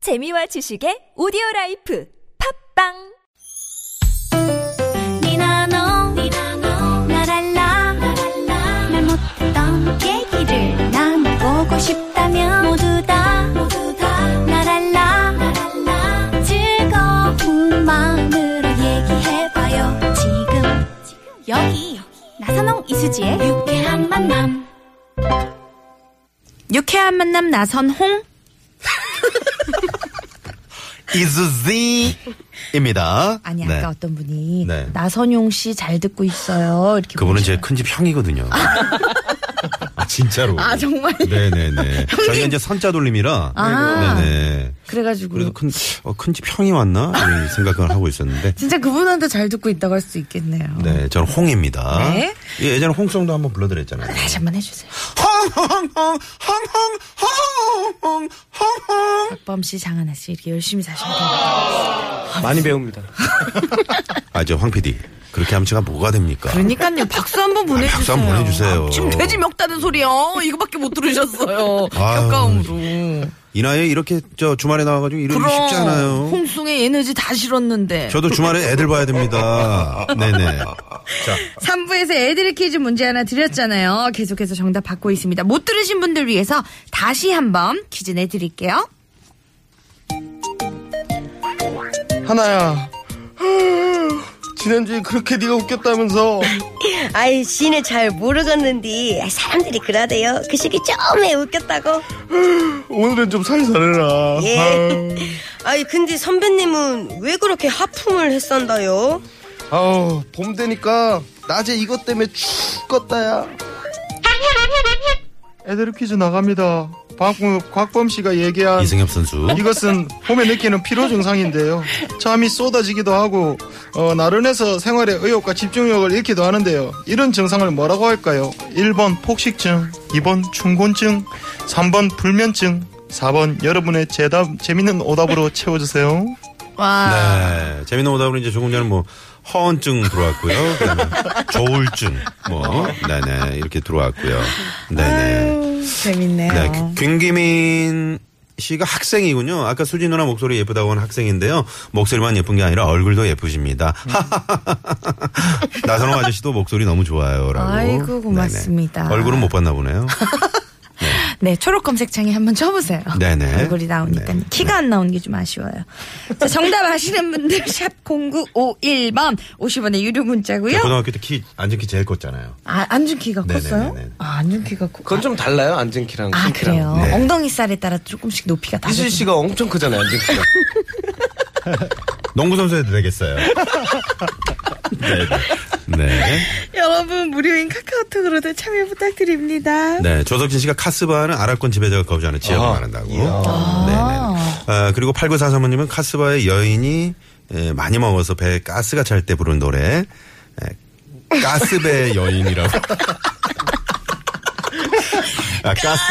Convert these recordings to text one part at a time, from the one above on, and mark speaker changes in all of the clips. Speaker 1: 재미와 지식의 오디오 라이프 팝빵
Speaker 2: 니나노 나랄라 말 못했던 얘기를 나눠보고 싶다면 모두 다 나랄라 즐거운 마음으로 얘기해봐요 지금 여기 나선홍 이수지의 유쾌한 만남
Speaker 3: 유쾌한 만남 나선홍
Speaker 4: 이수지입니다.
Speaker 3: 아니
Speaker 4: 네.
Speaker 3: 아까 어떤 분이
Speaker 4: 네.
Speaker 3: 나선용 씨 잘 듣고 있어요 이렇게
Speaker 4: 그분은
Speaker 3: 보내주셨어요.
Speaker 4: 제 큰 집 형이거든요. 아, 진짜로.
Speaker 3: 아, 정말?
Speaker 4: 네네네. 저희가 이제 선자 돌림이라.
Speaker 3: 아.
Speaker 4: 네네.
Speaker 3: 그래가지고
Speaker 4: 그래도 큰, 어, 큰집 형이 왔나? 이런 생각을 하고 있었는데.
Speaker 3: 진짜 그분한테 잘 듣고 있다고 할 수 있겠네요.
Speaker 4: 네, 저는 홍입니다.
Speaker 3: 네.
Speaker 4: 예, 예전에 홍성도 한번 불러드렸잖아요.
Speaker 3: 다시 한번 해주세요.
Speaker 4: 홍홍홍, 홍홍홍, 홍홍.
Speaker 3: 박범 씨, 장하나 씨 이렇게 열심히 사셔야 돼요.
Speaker 5: 많이 배웁니다.
Speaker 4: 아, 저 황 PD. 그렇게 하면 제가 뭐가 됩니까?
Speaker 3: 그러니까요 박수 한번 보내주세요.
Speaker 4: 박수 한번 보내주세요.
Speaker 3: 아, 지금 돼지 먹다는 소리요. 이거밖에 못 들으셨어요.
Speaker 4: 아유,
Speaker 3: 격가음으로.
Speaker 4: 이 나이에 이렇게 저 주말에 나와가지고 이러기 쉽지 않아요.
Speaker 3: 홍숭의 에너지 다 실었는데.
Speaker 4: 저도 주말에 애들 봐야 됩니다. 네네.
Speaker 3: 3부에서 애드립 퀴즈 문제 하나 드렸잖아요. 계속해서 정답 받고 있습니다. 못 들으신 분들 위해서 다시 한번 퀴즈 내드릴게요.
Speaker 5: 하나야. 지난주에 그렇게 네가 웃겼다면서
Speaker 6: 아이 씨는 잘 모르겠는데 사람들이 그러대요 그 시기 좀에 웃겼다고
Speaker 5: 오늘은 좀 살살해라.
Speaker 6: 예.
Speaker 5: 아우,
Speaker 6: 아이 근데 선배님은 왜 그렇게 하품을 했었나요?
Speaker 5: 아우 봄 되니까 낮에 이것 때문에 죽겠다야. 애들 퀴즈 나갑니다. 박범, 곽범 씨가 얘기한
Speaker 4: 이승엽 선수.
Speaker 7: 어?
Speaker 5: 이것은 봄에 느끼는 피로 증상인데요. 잠이 쏟아지기도 하고 어, 나른해서 생활의 의욕과 집중력을 잃기도 하는데요. 이런 증상을 뭐라고 할까요? 1번 폭식증, 2번 충곤증, 3번 불면증, 4번 여러분의 재답 재밌는 오답으로 채워주세요.
Speaker 3: 와.
Speaker 4: 네. 재밌는 오답으로 이제 조금 전에 뭐 허언증 들어왔고요. 그다음에 조울증 뭐 네네 이렇게 들어왔고요. 네네.
Speaker 3: 재밌네요.
Speaker 4: 네. 김기민 씨가 학생이군요. 아까 수진 누나 목소리 예쁘다고 한 학생인데요. 목소리만 예쁜 게 아니라 얼굴도 예쁘십니다. 나선호 아저씨도 목소리 너무 좋아요라고.
Speaker 3: 아이고,
Speaker 4: 네네.
Speaker 3: 고맙습니다.
Speaker 4: 얼굴은 못 봤나 보네요.
Speaker 3: 네, 초록 검색창에 한번 쳐보세요.
Speaker 4: 네네.
Speaker 3: 얼굴이 나오니까
Speaker 4: 네.
Speaker 3: 키가 안 나오는 게 좀 아쉬워요. 자, 정답 아시는 분들 샵 0951번 50원의 유료 문자고요.
Speaker 4: 고등학교 때 키 안전키 제일 컸잖아요.
Speaker 3: 아, 안준 키가
Speaker 4: 네네네네.
Speaker 3: 컸어요? 아, 안준 키가 컸.
Speaker 7: 그건 좀 달라요 안진키랑
Speaker 3: 아,
Speaker 7: 킹키랑.
Speaker 3: 그래요.
Speaker 4: 네.
Speaker 3: 엉덩이 살에 따라 조금씩 높이가
Speaker 7: 이수지
Speaker 3: 다르죠.
Speaker 7: 씨가 엄청 크잖아요 안진키가
Speaker 4: 농구 선수 해도 되겠어요. 네. 네.
Speaker 3: 여러분 무료인 카카오톡으로도 참여 부탁드립니다.
Speaker 4: 네. 조석진 씨가 카스바는 아랍권 지배자가 거주하는 지역을 말한다고. 네네. 아, 그리고 8943번님은 카스바의 여인이 에, 많이 먹어서 배에 가스가 찰 때 부른 노래. 에, 가스배 여인이라고. 아, 가스.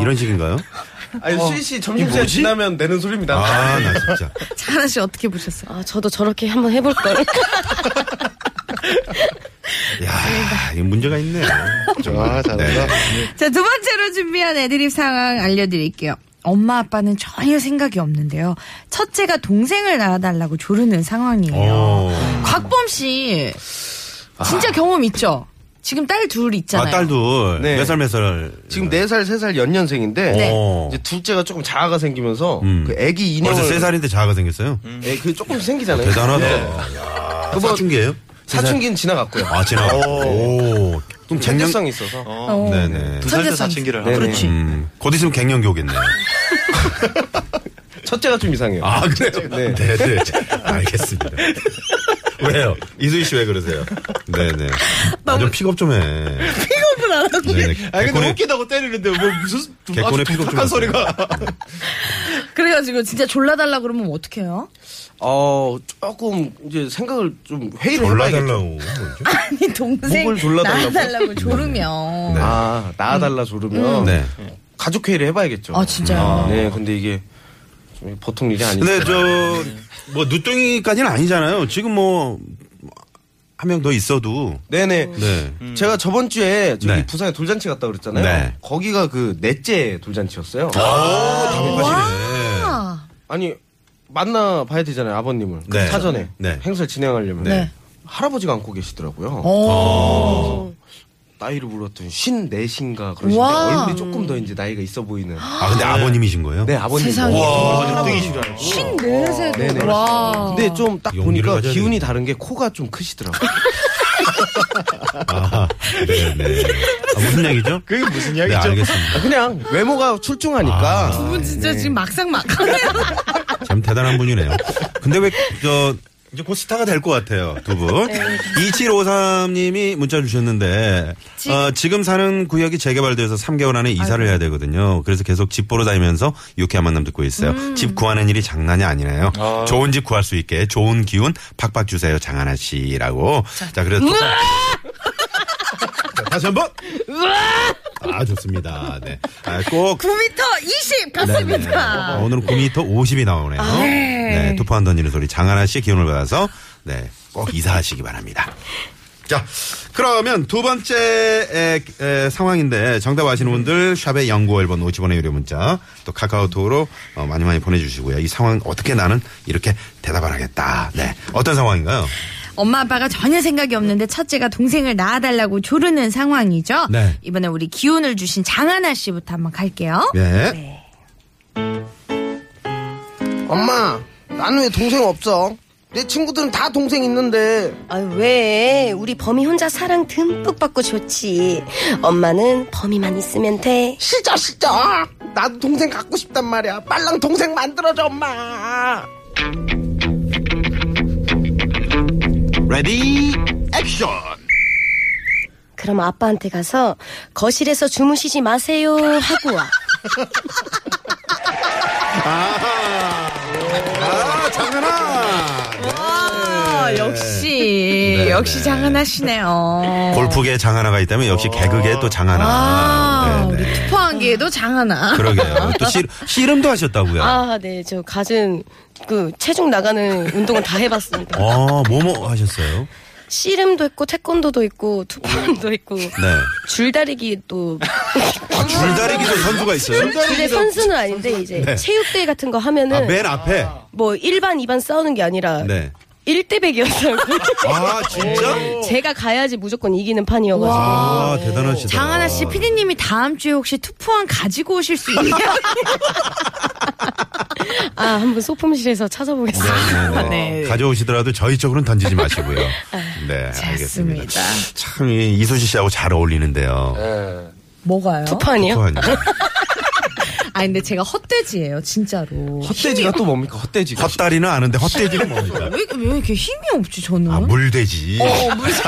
Speaker 4: 이런 식인가요?
Speaker 7: 아니 수지 씨 점심시간 지나면 내는 소리입니다
Speaker 4: 아, 나 진짜.
Speaker 3: 차나 씨 어떻게 보셨어요?
Speaker 6: 아 저도 저렇게 한번 해볼걸
Speaker 4: 야, 이거 문제가 있네요.
Speaker 5: 아, 잘한다.
Speaker 7: 네.
Speaker 3: 자, 두 번째로 준비한 애드립 상황 알려드릴게요. 엄마 아빠는 전혀 생각이 없는데요. 첫째가 동생을 낳아달라고 조르는 상황이에요.
Speaker 7: 어.
Speaker 4: 오.
Speaker 3: 곽범 씨 진짜 경험 있죠? 지금 딸 둘 있잖아요.
Speaker 4: 아, 딸도
Speaker 7: 네.
Speaker 4: 몇 살 몇 살.
Speaker 7: 지금 4살 3살 연년생인데
Speaker 4: 네.
Speaker 7: 이제 둘째가 조금 자아가 생기면서
Speaker 4: 음.
Speaker 7: 그 애기 인형을
Speaker 4: 벌써 세 살인데 자아가 생겼어요.
Speaker 7: 예, 그 조금씩 생기잖아요
Speaker 4: 대단하다.
Speaker 7: 예.
Speaker 4: 야,
Speaker 7: 그거
Speaker 4: 사춘기예요? 세 살?
Speaker 7: 사춘기는 지나갔고요
Speaker 4: 아 지나. 오. 좀 갱년.
Speaker 7: 경제성이 있어서
Speaker 3: 어.
Speaker 4: 네네.
Speaker 3: 천재성 있어.
Speaker 7: 하고.
Speaker 3: 그렇지.
Speaker 4: 음, 곧 있으면 갱년기 오겠네요.
Speaker 7: 첫째가 좀 이상해요
Speaker 4: 아 그래요?
Speaker 7: 네.
Speaker 4: 네, 네. 알겠습니다. 왜요? 이수희 씨 왜 그러세요? 네네. 아좀 픽업 좀 해.
Speaker 3: 픽업을 안 하고.
Speaker 4: 네네.
Speaker 5: 아 근데
Speaker 4: 개콘의-
Speaker 5: 웃기다고 때리는데 뭐 무슨
Speaker 4: 개콘의
Speaker 5: 아주
Speaker 4: 픽업 좀
Speaker 5: 독특한
Speaker 4: 하세요.
Speaker 5: 소리가
Speaker 3: 그래가지고 진짜 졸라달라 그러면 어떡해요?
Speaker 7: 어 조금 이제 생각을 좀 회의를 해봐야겠죠
Speaker 4: 졸라달라고.
Speaker 3: 아니, 동생
Speaker 7: 목을 졸라달라고?
Speaker 3: 낳아달라고 조르면.
Speaker 4: 네.
Speaker 7: 아 나아달라 조르면
Speaker 4: 네.
Speaker 7: 가족 회의를 해봐야겠죠
Speaker 3: 음. 아, 진짜요?
Speaker 7: 네 근데 이게 좀
Speaker 4: 네,
Speaker 7: 네, 보통 일이 아니죠
Speaker 4: 근데 저 뭐 누뚱이까지는 아니잖아요. 지금 뭐 한 명 더 있어도
Speaker 7: 네네. 음.
Speaker 4: 네.
Speaker 7: 제가 저번 주에 저기
Speaker 4: 네.
Speaker 7: 부산에 돌잔치 갔다 그랬잖아요.
Speaker 4: 네. 아,
Speaker 7: 거기가 그 넷째 돌잔치였어요.
Speaker 4: 답답하시네.
Speaker 7: 아니 만나 봐야 되잖아요 아버님을 그
Speaker 4: 네.
Speaker 7: 사전에
Speaker 4: 네.
Speaker 7: 행사를 진행하려면
Speaker 3: 네.
Speaker 7: 할아버지가 안고 계시더라고요.
Speaker 4: 어.
Speaker 7: 그래서 나이를 물었더니 쉰 넷인가 그러신데
Speaker 3: 와.
Speaker 7: 얼굴이 조금 더 이제 나이가 있어 보이는.
Speaker 4: 아 근데 아버님이신 거예요?
Speaker 7: 네 아버님.
Speaker 3: 세상에.
Speaker 7: 와, 등이신 줄 알고.
Speaker 3: 쉰네세
Speaker 7: 어, 네네.
Speaker 3: 와.
Speaker 7: 근데 좀 딱
Speaker 4: 용기를
Speaker 7: 보니까
Speaker 4: 가져야
Speaker 7: 기운이
Speaker 4: 되겠다.
Speaker 7: 다른 게 코가 좀 크시더라고요.
Speaker 4: 아, 네, 네. 아, 무슨 얘기죠?
Speaker 5: 그게 무슨
Speaker 4: 네,
Speaker 5: 이야기죠?
Speaker 4: 알겠습니다.
Speaker 7: 아, 그냥 외모가 출중하니까.
Speaker 4: 아.
Speaker 3: 두 분 진짜 지금
Speaker 7: 네.
Speaker 3: 막상 막.
Speaker 4: 참 대단한 분이네요. 근데 왜, 저, 이제 곧 스타가 될 것 같아요, 두 분. 2753님이 문자 주셨는데, 어, 지금 사는 구역이 재개발돼서 3개월 안에 이사를 해야 되거든요. 그래서 계속 집 보러 다니면서 유쾌한 만남 듣고 있어요. 집 구하는 일이 장난이 아니네요. 좋은 집 구할 수 있게 좋은 기운 팍팍 주세요, 장하나 씨라고. 자, 그래서. 또- 자, 다시 한 번! 아, 좋습니다. 네. 아, 꼭
Speaker 3: 9m 20 아.
Speaker 4: 네, 네. 오늘은 9m 50이 나오네요. 네. 투포 안 던지는 소리 장하나 씨의 기운을 받아서 네, 꼭 이사하시기 바랍니다. 자, 그러면 두 번째 에, 에, 상황인데 정답 아시는 분들 샵의 연구 1번 50원의 유료 문자 또 카카오톡으로 어, 많이 많이 보내주시고요. 이 상황 어떻게 나는 이렇게 대답을 하겠다. 네, 어떤 상황인가요?
Speaker 3: 엄마 아빠가 전혀 생각이 없는데 첫째가 동생을 낳아달라고 조르는 상황이죠.
Speaker 4: 네.
Speaker 3: 이번에 우리 기운을 주신 장하나 씨부터 한번 갈게요.
Speaker 4: 네.
Speaker 7: 엄마, 나는 왜 동생 없어? 내 친구들은 다 동생 있는데.
Speaker 6: 아유 왜 우리 범이 혼자 사랑 듬뿍 받고 좋지 엄마는 범이만 있으면 돼
Speaker 7: 싫어, 싫어. 나도 동생 갖고 싶단 말이야. 빨랑 동생 만들어줘, 엄마.
Speaker 4: 레디 액션.
Speaker 6: 그럼 아빠한테 가서 거실에서 주무시지 마세요 하고 와
Speaker 4: 아, 장하나.
Speaker 3: 아, 역시
Speaker 4: 네,
Speaker 3: 역시
Speaker 4: 네.
Speaker 3: 장하나 씨네요.
Speaker 4: 골프계 장하나가 있다면 역시 개그계 또 장하나.
Speaker 3: 아,
Speaker 4: 네, 그렇죠. 네.
Speaker 3: 우리 투포한기에도 장하나.
Speaker 4: 그러게요. 또 씨, 씨름도 하셨다고요.
Speaker 6: 아 네 저 가진 그 체중 나가는 운동은 다 해봤습니다
Speaker 4: 어, 뭐뭐 하셨어요?
Speaker 6: 씨름도 했고 태권도도 있고 투판도 있고
Speaker 4: 네.
Speaker 6: 줄다리기도
Speaker 4: 아, 줄다리기도 선수가 있어요?
Speaker 6: 근데 선수는 아닌데 이제 체육대회 같은 거
Speaker 4: 아,
Speaker 6: 하면은
Speaker 4: 맨 앞에.
Speaker 6: 뭐 1반 2반 싸우는 게 아니라
Speaker 4: 네.
Speaker 6: 1대 100이었어요
Speaker 4: 아, 진짜?
Speaker 6: 제가 가야지 무조건 이기는 판이어가지고
Speaker 4: 아, 대단하시다.
Speaker 3: 장하나 씨, 피디님이 다음 주에 혹시 투포한 가지고 오실 수 있나요?
Speaker 6: 아 한번 소품실에서 찾아보겠습니다.
Speaker 4: 네, 네.
Speaker 3: 네.
Speaker 4: 가져오시더라도 저희 쪽으로는 던지지 마시고요. 네, 알겠습니다.
Speaker 3: 좋습니다.
Speaker 4: 참, 이 이수지 씨하고 잘 어울리는데요.
Speaker 3: 뭐가요?
Speaker 4: 네.
Speaker 6: 판이요?
Speaker 4: 투포한님.
Speaker 3: 아, 근데 제가 헛돼지예요, 진짜로.
Speaker 7: 헛돼지가 또 뭡니까, 헛돼지가?
Speaker 4: 헛다리는 아는데 헛돼지는 뭡니까?
Speaker 3: 왜, 왜 이렇게 힘이 없지, 저는?
Speaker 4: 아, 물돼지.
Speaker 3: 어, 무슨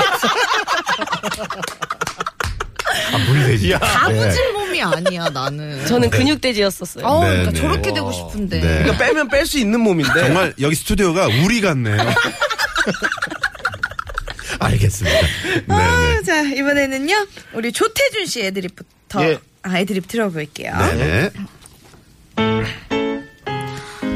Speaker 4: 아, 물돼지.
Speaker 3: 가부질 몸이 아니야, 나는.
Speaker 6: 저는 근육돼지였었어요.
Speaker 3: 어,
Speaker 4: 네,
Speaker 3: 그러니까
Speaker 4: 네.
Speaker 3: 저렇게 되고 싶은데.
Speaker 4: 네.
Speaker 7: 그러니까 빼면 뺄 수 있는 몸인데.
Speaker 4: 정말 여기 스튜디오가 우리 같네요. 알겠습니다. 네네.
Speaker 3: 아, 자, 이번에는요, 우리 조태준 씨 애드립부터.
Speaker 5: 예.
Speaker 3: 아, 애드립 들어볼게요.
Speaker 4: 네네.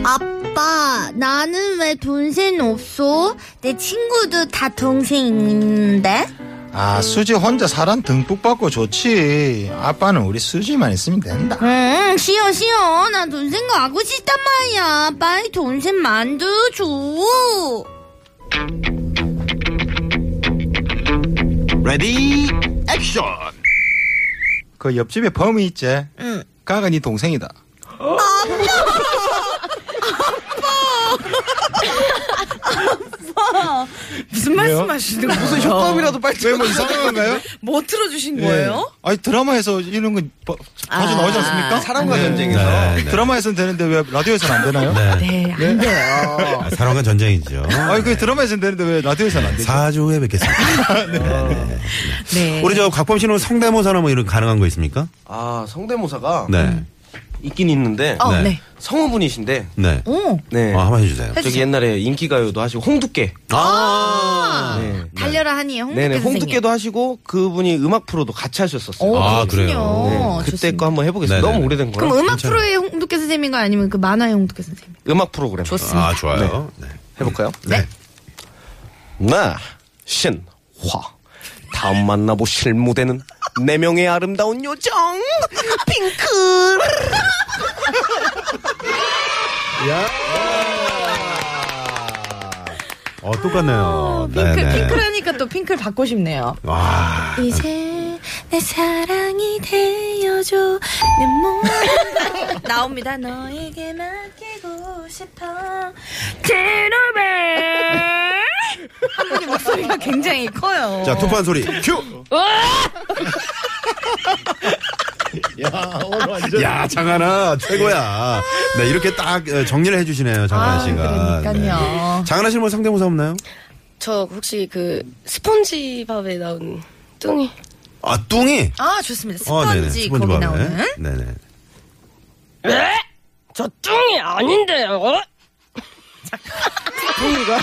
Speaker 8: 아빠, 나는 왜 동생 없어? 내 친구도 다 동생 있는데?
Speaker 5: 아 수지 혼자 사람 듬뿍 받고 좋지 아빠는 우리 수지만 있으면 된다
Speaker 8: 응, 싫어, 싫어. 나 동생 가고 싶단 말이야. 빨리 동생 만들어줘.
Speaker 4: 레디 액션.
Speaker 5: 그 옆집에 범이 있지 가가 네 동생이다
Speaker 3: 무슨
Speaker 5: 왜요?
Speaker 3: 말씀 하시는 거예요? 무슨
Speaker 7: 껌이라도 빨리
Speaker 4: 네.
Speaker 5: 왜 뭐 이상한 건가요?
Speaker 3: 뭐 틀어주신 거예요?
Speaker 5: 네. 아니 드라마에서 이런 건 버- 자주 나오지 않습니까?
Speaker 7: 사랑과
Speaker 5: 네.
Speaker 7: 전쟁에서.
Speaker 4: 네, 네.
Speaker 5: 드라마에서는 되는데 왜 라디오에서는 안 되나요?
Speaker 3: 네, 안 돼요.
Speaker 4: 아, 사랑과 전쟁이죠.
Speaker 5: 아니 그 드라마에서는 되는데 왜 라디오에서는 안 되죠?
Speaker 4: 4주 후에 뵙겠습니다.
Speaker 3: 네.
Speaker 4: 우리 저 곽범 씨는 성대모사나 뭐 이런 거 가능한 거 있습니까?
Speaker 7: 아, 성대모사가
Speaker 4: 네.
Speaker 7: 있긴 있는데.
Speaker 3: 어,
Speaker 4: 네.
Speaker 3: 네.
Speaker 7: 성우분이신데.
Speaker 4: 네.
Speaker 3: 오,
Speaker 7: 네.
Speaker 4: 어, 한번 해주세요.
Speaker 7: 저기 옛날에 인기가요도 하시고, 홍두깨.
Speaker 4: 아.
Speaker 7: 네.
Speaker 3: 달려라 하니, 홍두깨
Speaker 7: 네네,
Speaker 3: 선생님.
Speaker 7: 홍두깨도 하시고, 그분이 음악 프로도 같이 하셨었어요. 네.
Speaker 3: 오,
Speaker 4: 아,
Speaker 3: 그렇군요.
Speaker 4: 그래요.
Speaker 7: 그때
Speaker 3: 좋습니다.
Speaker 7: 거 한번 해보겠습니다.
Speaker 4: 네네.
Speaker 7: 너무 오래된 거라.
Speaker 3: 그럼 음- 음악 프로의 홍두깨 선생님인가 아니면 그 만화의 홍두깨 선생님?
Speaker 7: 음악 프로그램
Speaker 3: 좋습니다.
Speaker 4: 아, 좋아요. 네.
Speaker 7: 해볼까요?
Speaker 4: 네.
Speaker 7: 나 신화. 다음 만나보실 무대는 네 명의 아름다운 요정 핑크.
Speaker 4: 어, 똑같네요.
Speaker 3: 핑클,
Speaker 4: 네네.
Speaker 3: 핑클하니까 또 핑클 받고 싶네요.
Speaker 4: 와.
Speaker 2: 이제 내 사랑이 되어줘 내 몸 나옵니다 너에게 맡기고 싶어
Speaker 3: 한 분이 목소리가 굉장히 커요.
Speaker 4: 자, 투판 소리
Speaker 9: 네.
Speaker 4: 큐!
Speaker 3: 어!
Speaker 9: 야, 오늘 완전.
Speaker 4: 야, 장하나 최고야. 네, 이렇게 딱 어, 정리를 해주시네요, 장하나
Speaker 3: 아,
Speaker 4: 씨가.
Speaker 3: 그러니까요.
Speaker 4: 네. 장하나 씨는 뭐 상대모사 없나요?
Speaker 6: 저 혹시 그 스폰지밥에 나온 뚱이
Speaker 4: 아, 뚱이.
Speaker 3: 아, 좋습니다.
Speaker 4: 어, 네네.
Speaker 3: 스펀지 거기
Speaker 4: 밥에.
Speaker 3: 나오는.
Speaker 4: 네네.
Speaker 6: 저 뚱이 아닌데요
Speaker 9: 뚱이가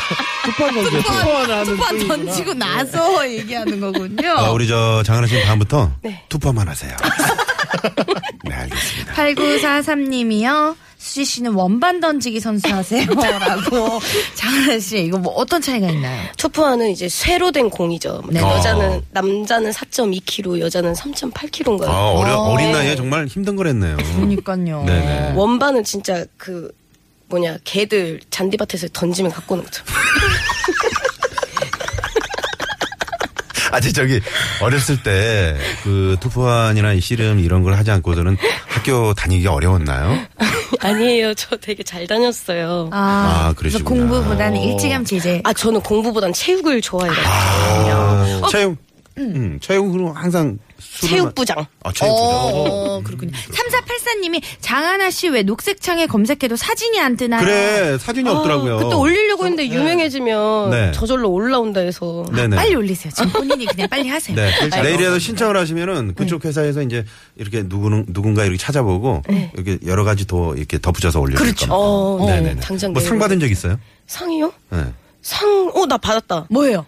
Speaker 9: 투판 던져. 투판 하는
Speaker 3: 투판
Speaker 9: 뚱이구나.
Speaker 3: 던지고 나서 얘기하는 거군요.
Speaker 4: 네. 아, 우리 저 장하나 씨는 다음부터 투파만 하세요. 네, 알겠습니다.
Speaker 3: 8943님이요. 수지 씨는 원반 던지기 선수 하세요. 라고. 장하나 씨, 이거 뭐 어떤 차이가 있나요?
Speaker 6: 초포화는 이제 쇠로 된 공이죠
Speaker 3: 네.
Speaker 4: 어.
Speaker 6: 여자는 남자는 4.2kg 여자는 3.8kg인가요
Speaker 4: 아, 어려,
Speaker 3: 어.
Speaker 4: 어린 나이에 정말 힘든 걸 했네요.
Speaker 3: 그러니까요.
Speaker 4: 음. 네네.
Speaker 6: 원반은 진짜 그 뭐냐 개들 잔디밭에서 던지면 갖고 오는 거죠
Speaker 4: 아직 저기 어렸을 때 그 투포환이나 이 씨름 이런 걸 하지 않고서는 학교 다니기가 어려웠나요?
Speaker 6: 아니에요 저 되게 잘 다녔어요 아,
Speaker 3: 아,
Speaker 4: 아,
Speaker 3: 그래서
Speaker 4: 그러시구나. 어.
Speaker 3: 공부보다는 일찌감치 이제.
Speaker 6: 저는 공부보단 체육을 좋아해요
Speaker 4: 아, 채용, 음, 채용은 항상 술을
Speaker 6: 체육부장
Speaker 4: 마- 아, 체육부장.
Speaker 3: 어, 그렇군요. 3484님이 장하나 씨 왜 녹색창에 검색해도 사진이 안 뜨나요?
Speaker 4: 음. 그래 사진이 없더라고요.
Speaker 6: 어, 그때 올리려고 했는데 유명해지면
Speaker 4: 네.
Speaker 6: 저절로 올라온다 해서
Speaker 4: 네네.
Speaker 3: 빨리 올리세요. 지금 본인이 그냥 빨리 하세요.
Speaker 4: 네. 내일이라도 신청을 하시면은 그쪽 회사에서 이제 이렇게 누구는 누군가 이렇게 찾아보고 이렇게 여러 가지 더 이렇게 덧붙여서 올려줄
Speaker 3: 그렇죠.
Speaker 4: 겁니다.
Speaker 6: 어,
Speaker 4: 네네네.
Speaker 6: 당장
Speaker 4: 뭐 상
Speaker 6: 내일.
Speaker 4: 받은 적 있어요?
Speaker 6: 상이요?
Speaker 4: 네.
Speaker 6: 상, 어, 나 받았다.
Speaker 3: 뭐예요?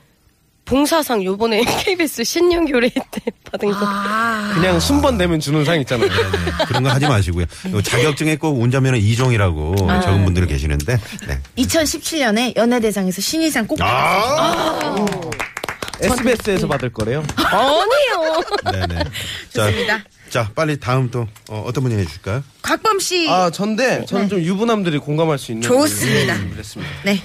Speaker 6: 봉사상 요번에 KBS 신년교례 때 받은 거.
Speaker 4: 아.
Speaker 3: 아,
Speaker 7: 그냥 순번 되면 주는 상 있잖아요.
Speaker 4: 그런 거 하지 마시고요. 요 자격증에 꼭 운전면허 2종이라고
Speaker 3: 아.
Speaker 4: 적은 분들 계시는데. 네.
Speaker 3: 2017년에 연예대상에서 신인상 꼭
Speaker 4: 아!
Speaker 7: SBS에서 받을 거래요.
Speaker 6: 아니에요.
Speaker 4: 네네. 자, 자, 빨리 다음 또 어, 떤 분이 해줄까요?
Speaker 3: 곽범 씨.
Speaker 7: 아, 전데 저는 좀 유부남들이 공감할 수 있는
Speaker 3: 네.
Speaker 7: 음,
Speaker 3: 좋습니다.
Speaker 7: 그랬습니다.
Speaker 3: 네.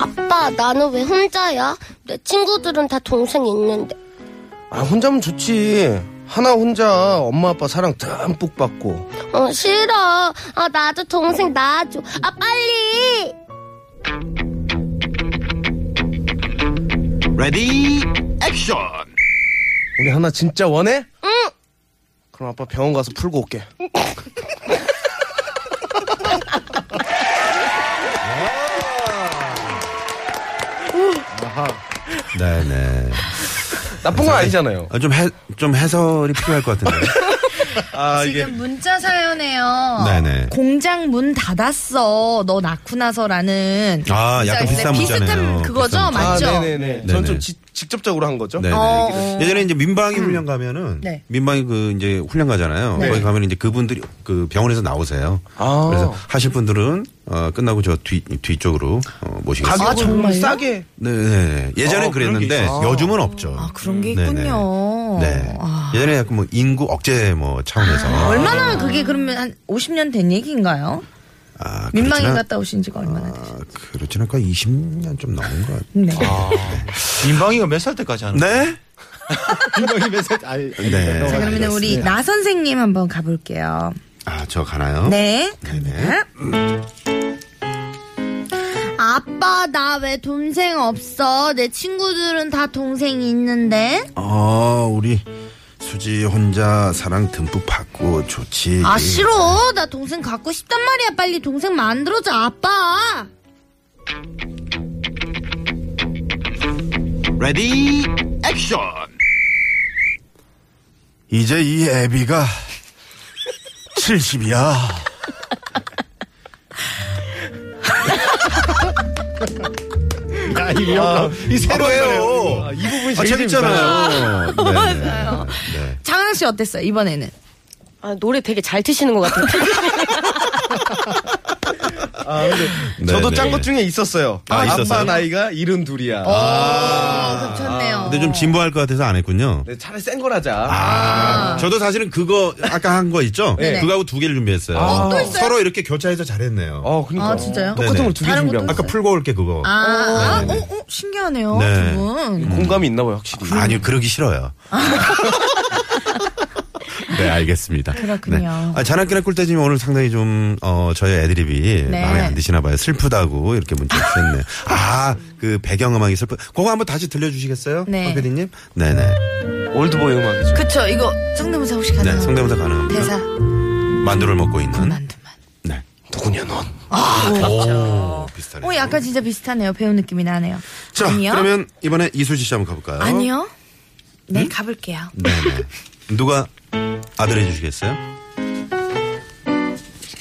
Speaker 10: 아빠, 나는 왜 혼자야? 내 친구들은 다 동생 있는데.
Speaker 7: 아, 혼자면 좋지. 하나 혼자 엄마 아빠 사랑 듬뿍 받고
Speaker 10: 어, 싫어. 아, 나도 동생 낳아줘. 아, 빨리!
Speaker 9: 레디 액션.
Speaker 7: 우리 하나 진짜 원해? 응. 그럼 아빠 병원 가서 풀고 올게.
Speaker 4: 네네.
Speaker 7: 나쁜 건 아니잖아요.
Speaker 4: 아, 좀 해, 좀 해설이 필요할 것 같은데. 아,
Speaker 3: 지금 문자 사연에요.
Speaker 4: 네네.
Speaker 3: 공장 문 닫았어. 너 낳고 나서라는.
Speaker 4: 아, 약간 비슷한
Speaker 3: 비슷한
Speaker 4: 문자네요.
Speaker 3: 그거죠?
Speaker 4: 비슷한 문자.
Speaker 7: 아,
Speaker 3: 맞죠?
Speaker 7: 네네네. 저는
Speaker 4: 네네.
Speaker 7: 좀 지- 직접적으로 한 거죠.
Speaker 4: 네네.
Speaker 3: 어, 음.
Speaker 4: 이게 예전에 이제 민방위 훈련 가면은
Speaker 3: 네.
Speaker 4: 민방위 그 이제 훈련 가잖아요. 거기 가면 이제 그분들이 그 병원에서 나오세요.
Speaker 7: 아.
Speaker 4: 그래서 하실 분들은 어, 끝나고 저 뒤 뒤쪽으로 어, 모시겠습니다.
Speaker 7: 가격은
Speaker 3: 아, 정말요?
Speaker 7: 아, 싸게.
Speaker 4: 네네. 예전엔
Speaker 7: 아, 그런 게
Speaker 4: 그랬는데
Speaker 7: 있어.
Speaker 4: 요즘은 없죠.
Speaker 3: 아, 그런 게 있군요.
Speaker 4: 네, 네네. 네.
Speaker 3: 아.
Speaker 4: 예전에 약간 뭐 인구 억제 뭐 차원에서
Speaker 3: 얼마나 그게 그러면 한 50년 된 얘기인가요?
Speaker 4: 아,
Speaker 3: 민망이
Speaker 4: 그렇지만-
Speaker 3: 갔다 오신 지가 얼마나 되죠?
Speaker 4: 아, 그렇지는 거의 20년 좀 넘은 것 같아요.
Speaker 3: 네.
Speaker 5: 민방위가 몇 살 때까지 하는
Speaker 4: 네?
Speaker 9: 분명히 몇살 아니.
Speaker 4: 네.
Speaker 3: 자, 그러면 우리
Speaker 4: 알겠습니다.
Speaker 3: 나 선생님 한번 가볼게요.
Speaker 4: 아, 저 가나요?
Speaker 3: 네.
Speaker 4: 네네.
Speaker 8: 아빠 나 왜 동생 없어? 내 친구들은 다 동생이 있는데.
Speaker 4: 어, 우리 수지 혼자 사랑 듬뿍 받고 좋지.
Speaker 8: 아 싫어. 나 동생 갖고 싶단 말이야. 빨리 동생 만들어줘 아빠.
Speaker 9: 레디 액션.
Speaker 4: 이제 이 애비가 70이야. 아,
Speaker 9: 야, 이
Speaker 7: 아,
Speaker 9: 명감. 이
Speaker 4: 바로예요.
Speaker 9: 이 부분
Speaker 4: 아, 재밌잖아요. 네, 맞아요.
Speaker 3: 장하나 씨 어땠어요? 이번에는.
Speaker 6: 아, 노래 되게 잘 트시는 것 같아요.
Speaker 7: 아, 근데
Speaker 4: 네,
Speaker 7: 저도
Speaker 4: 네.
Speaker 7: 짠 것 중에 있었어요.
Speaker 4: 아,
Speaker 7: 아,
Speaker 4: 있었어요?
Speaker 7: 빠 나이가 72야.
Speaker 8: 아, 좋네요.
Speaker 4: 근데 좀 진보할 것 같아서 안 했군요.
Speaker 7: 네, 차라리 센 걸 하자.
Speaker 4: 저도 사실은 그거 아까 한 거 있죠?
Speaker 7: 네.
Speaker 4: 그거하고 두 개를 준비했어요. 서로 이렇게 교차해서 잘했네요.
Speaker 7: 어, 그니까.
Speaker 3: 아, 진짜요?
Speaker 7: 똑같은
Speaker 4: 네네.
Speaker 7: 걸 두 개
Speaker 3: 다른
Speaker 7: 준비한 거.
Speaker 4: 아까 풀고 올게 그거.
Speaker 3: 아,
Speaker 4: 네, 네.
Speaker 3: 어, 어, 신기하네요.
Speaker 4: 네.
Speaker 3: 두 분.
Speaker 7: 공감이 있나 봐요, 확실히.
Speaker 4: 아니요, 그러기 싫어요. 네, 알겠습니다.
Speaker 3: 그렇군요.
Speaker 4: 네. 아, 자나깨나 꿀떼님이 오늘 상당히 좀, 어, 저희 애드립이
Speaker 3: 네.
Speaker 4: 마음에 안 드시나 봐요. 슬프다고 이렇게 문자 주셨네요. 아, 그 배경음악이 슬프. 그거 한번 다시 들려주시겠어요?
Speaker 3: 네.
Speaker 4: 황 PD님? 네네.
Speaker 7: 올드보이 음악이죠.
Speaker 3: 그쵸, 이거 성대모사 혹시 가능
Speaker 4: 네, 성대모사 가능합니다.
Speaker 3: 대사.
Speaker 4: 만두를 먹고 있는.
Speaker 3: 만두만. 아,
Speaker 4: 네.
Speaker 7: 누구냐, 넌.
Speaker 4: 오, 비슷하네요.
Speaker 3: 그렇죠. 오, 약간 어, 진짜 비슷하네요. 배운 느낌이 나네요.
Speaker 4: 자,
Speaker 3: 아니요?
Speaker 4: 그러면 어? 음? 이번에 이수지 씨 한번 가볼까요?
Speaker 3: 아니요? 네, 가볼게요.
Speaker 4: 네네. 누가 아들 해주시겠어요?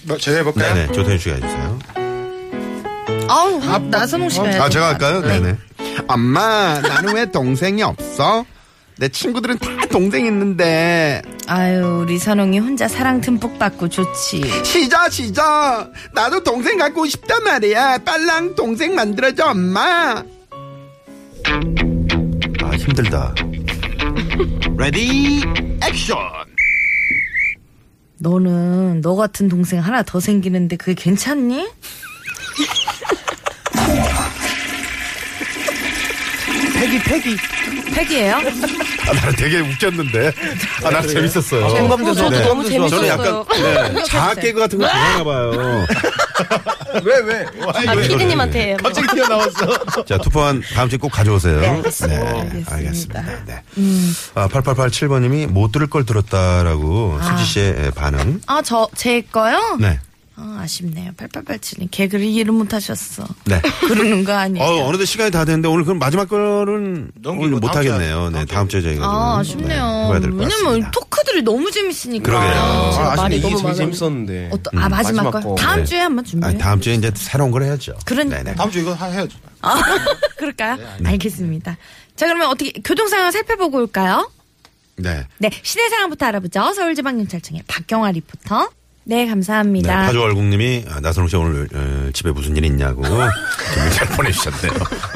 Speaker 5: 뭐, 제가 해볼까요?
Speaker 4: 네네. 조태현 씨가 해주세요.
Speaker 3: 아우, 화- 나선홍 씨가 해야
Speaker 9: 아,
Speaker 3: 돼.
Speaker 9: 제가 할까요?
Speaker 4: 네네.
Speaker 9: 엄마, 아, 나는 왜 동생이 없어? 내 친구들은 다 동생 있는데.
Speaker 3: 아유, 우리 선홍이 혼자 사랑 듬뿍 받고 좋지.
Speaker 9: 시저, 시저. 나도 동생 갖고 싶단 말이야. 빨랑 동생 만들어줘, 엄마.
Speaker 4: 아, 힘들다.
Speaker 9: 레디, 액션.
Speaker 3: 너는 너 같은 동생 하나 더 생기는데 그게 괜찮니?
Speaker 7: 패기, 패기.
Speaker 3: 팩이에요?
Speaker 4: 아, 나 되게 웃겼는데. 아, 나 재밌었어요.
Speaker 7: 공감돼서
Speaker 4: 네.
Speaker 7: 너무
Speaker 4: 저는
Speaker 7: 재밌었어요.
Speaker 4: 약간 네, 자아 개그 같은 거 좋아하나 봐요.
Speaker 7: 왜, 왜?
Speaker 10: 아, 피디님한테.
Speaker 7: 갑자기 튀어나왔어.
Speaker 4: 자, 투포한 다음 주에 꼭 가져오세요. 네,
Speaker 3: 알겠습니다. 음.
Speaker 4: 알겠습니다. 네. 아, 8887번님이 못 들을 걸 들었다라고 수지 씨의 반응.
Speaker 3: 아, 저, 제 거요?
Speaker 4: 네.
Speaker 3: 아, 아쉽네요. 8887님 개그를 이해를 못하셨어.
Speaker 4: 네.
Speaker 3: 그러는 거 아니에요?
Speaker 4: 어, 어느덧 시간이 다 됐는데 오늘 그럼 마지막 거는
Speaker 5: 넘기고
Speaker 4: 오늘 못
Speaker 5: 다음 주에
Speaker 4: 하겠네요.
Speaker 5: 하죠.
Speaker 4: 네, 다음 주에 저희가
Speaker 3: 아,
Speaker 4: 좀,
Speaker 3: 아쉽네요.
Speaker 4: 네, 해봐야 될것
Speaker 3: 왜냐면
Speaker 4: 같습니다.
Speaker 3: 토크들이 너무 재밌으니까.
Speaker 4: 그러게요. 음.
Speaker 7: 아, 아쉽네. 이게
Speaker 10: 너무
Speaker 7: 제일
Speaker 10: 많아.
Speaker 7: 재밌었는데.
Speaker 3: 어떤- 아, 마지막,
Speaker 7: 마지막
Speaker 3: 거.
Speaker 7: 거.
Speaker 3: 다음
Speaker 4: 네.
Speaker 3: 주에 한번 준비해.
Speaker 4: 아니, 다음 주에 이제 새로운 걸 해야죠.
Speaker 3: 그러니까.
Speaker 4: 네네.
Speaker 5: 다음 주 이거 하- 해야죠.
Speaker 9: 아.
Speaker 3: 그럴까요?
Speaker 4: 네,
Speaker 3: 알겠습니다. 자, 그러면 어떻게 교통 상황 살펴보고 올까요?
Speaker 4: 네.
Speaker 3: 네, 시내 상황부터 알아보죠. 서울지방경찰청의 박경화 리포터. 네,
Speaker 4: 네,
Speaker 3: 감사합니다.
Speaker 4: 파주월국님이 아, 나선홍 씨 오늘 어, 집에 무슨 일 있냐고 질문 잘 보내주셨네요.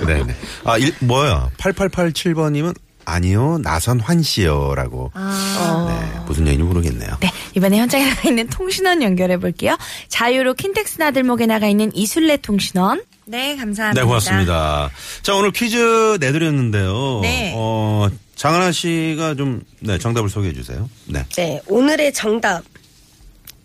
Speaker 4: 네네. 아, 일, 뭐야? 8887번님은 아니요, 나선환 씨요라고. 네, 무슨 얘기인지 모르겠네요.
Speaker 3: 아. 네, 이번에 현장에 나가 있는 통신원 연결해 볼게요. 자유로 킨텍스 나들목에 나가 있는 이술래 통신원. 네, 감사합니다.
Speaker 4: 네, 고맙습니다. 자, 오늘 퀴즈 내드렸는데요.
Speaker 3: 네.
Speaker 4: 어, 장하나 씨가 좀, 네, 정답을 소개해 주세요. 네.
Speaker 6: 네, 오늘의 정답.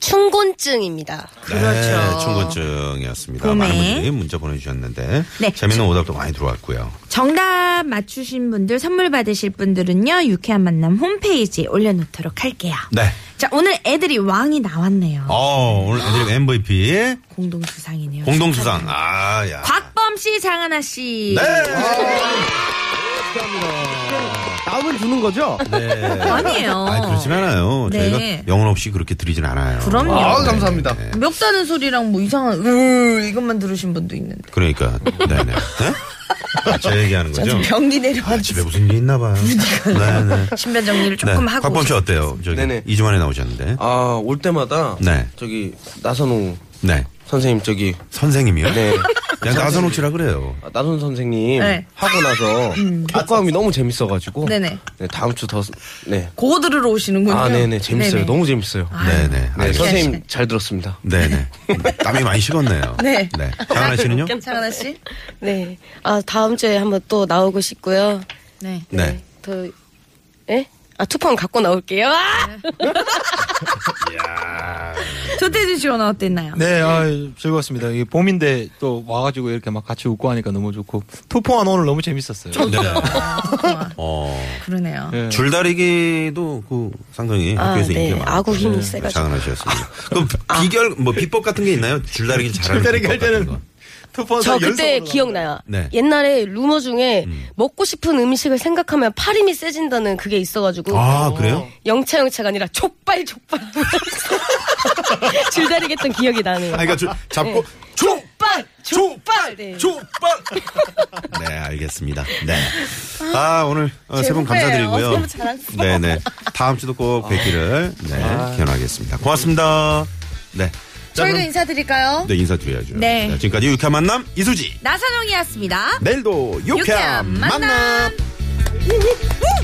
Speaker 6: 충곤증입니다.
Speaker 3: 그렇죠.
Speaker 4: 네, 충곤증이었습니다.
Speaker 3: 봄에.
Speaker 4: 많은 분들이 문자 보내주셨는데.
Speaker 3: 네.
Speaker 4: 재밌는 오답도 많이 들어왔고요.
Speaker 3: 정답 맞추신 분들 선물 받으실 분들은요 유쾌한 만남 홈페이지에 올려놓도록 할게요.
Speaker 4: 네.
Speaker 3: 자 오늘 애들이 왕이 나왔네요.
Speaker 4: 어, 오늘 애드립 MVP
Speaker 3: 공동 수상이네요.
Speaker 4: 공동 수상. 아, 야. 네!
Speaker 3: 곽범 씨, 장하나 씨. 아.
Speaker 7: 다음은 주는 거죠?
Speaker 3: 아니에요.
Speaker 4: 아, 그렇진 않아요.
Speaker 3: 네.
Speaker 4: 저희가 영혼 없이 그렇게 드리진 않아요.
Speaker 3: 그럼요.
Speaker 7: 아,
Speaker 4: 네,
Speaker 7: 감사합니다.
Speaker 4: 네.
Speaker 3: 멱다는 소리랑 뭐 이상한 으 이것만 들으신 분도 있는데.
Speaker 4: 그러니까. 네네. 네? 아, 저 얘기하는 거죠?
Speaker 3: 병리 내려와
Speaker 4: 아, 집에 무슨 일이 있나 봐요. 네네.
Speaker 3: 신변 정리를
Speaker 4: 네.
Speaker 3: 조금 하고.
Speaker 4: 곽범 씨 어때요? 저기
Speaker 7: 네네.
Speaker 4: 2주 만에 나오셨는데.
Speaker 7: 아, 올 때마다.
Speaker 4: 네.
Speaker 7: 저기, 나선호
Speaker 4: 네.
Speaker 7: 선생님, 저기.
Speaker 4: 선생님이요?
Speaker 7: 네.
Speaker 4: 야, 나선호 씨라 그래요.
Speaker 7: 아, 나선 선생님
Speaker 3: 네.
Speaker 7: 하고 나서 효과음이 너무 재밌어가지고
Speaker 3: 네네.
Speaker 7: 네, 다음 주 더 네.
Speaker 3: 고 들으러 오시는군요.
Speaker 7: 아, 네네 재밌어요.
Speaker 3: 네네. 아,
Speaker 7: 너무 재밌어요.
Speaker 4: 네네.
Speaker 7: 네,
Speaker 4: 알겠습니다.
Speaker 7: 선생님 잘 들었습니다.
Speaker 4: 네네. 땀이 많이 식었네요.
Speaker 3: 네.
Speaker 4: 장하나 씨는요?
Speaker 3: 장하나 씨.
Speaker 6: 네. 아, 다음 주에 한번 또 나오고 싶고요.
Speaker 3: 네.
Speaker 4: 네.
Speaker 6: 더, 예? 아, 투폰 갖고 나올게요. 아!
Speaker 3: 네.
Speaker 4: 네.
Speaker 3: 조태준 씨 오늘 어땠나요?
Speaker 5: 네, 아, 즐거웠습니다. 이게 봄인데 또 와가지고 이렇게 막 같이 웃고 하니까 너무 좋고 투포한 오늘 너무 재밌었어요.
Speaker 4: 네.
Speaker 3: 그렇구나.
Speaker 4: 어.
Speaker 3: 아, 그러네요.
Speaker 5: 예.
Speaker 4: 줄다리기도 그 상당히
Speaker 6: 아,
Speaker 4: 학교에서
Speaker 6: 네.
Speaker 4: 인기가 많아요.
Speaker 6: 아구 힘이 세가지고.
Speaker 4: 장난하셨습니다. 그럼 비결 뭐 비법 같은 게 있나요? 줄다리기 잘하는
Speaker 5: 줄다리기
Speaker 4: 비법
Speaker 5: 할
Speaker 4: 같은
Speaker 5: 때는
Speaker 4: 거.
Speaker 5: 투포한
Speaker 6: 저
Speaker 5: 사람
Speaker 6: 그때
Speaker 5: 연속으로
Speaker 6: 기억나요.
Speaker 4: 네. 음.
Speaker 6: 옛날에 루머 중에 먹고 싶은 음식을 생각하면 팔 힘이 세진다는 그게 있어가지고.
Speaker 4: 아 그래요?
Speaker 6: 영차 영차가 아니라 족발 족발 줄다리기 했던 기억이 나네요.
Speaker 4: 아, 그러니까 줄- 잡고 총
Speaker 6: 족발 족발 네.
Speaker 4: 족발. 네, 알겠습니다. 네. 아, 오늘 세 분 감사드리고요. 네, 네. 다음 주도 꼭 뵙기를 네, 기원하겠습니다. 고맙습니다. 네.
Speaker 3: 저희도
Speaker 4: 그럼-
Speaker 3: 인사드릴까요?
Speaker 4: 네, 인사드려야죠.
Speaker 3: 네.
Speaker 4: 자, 지금까지 유쾌한 만남 이수지.
Speaker 3: 나선홍이었습니다.
Speaker 4: 내일도 유쾌한
Speaker 3: 유쾌한 만남.
Speaker 4: 만남.
Speaker 3: 우!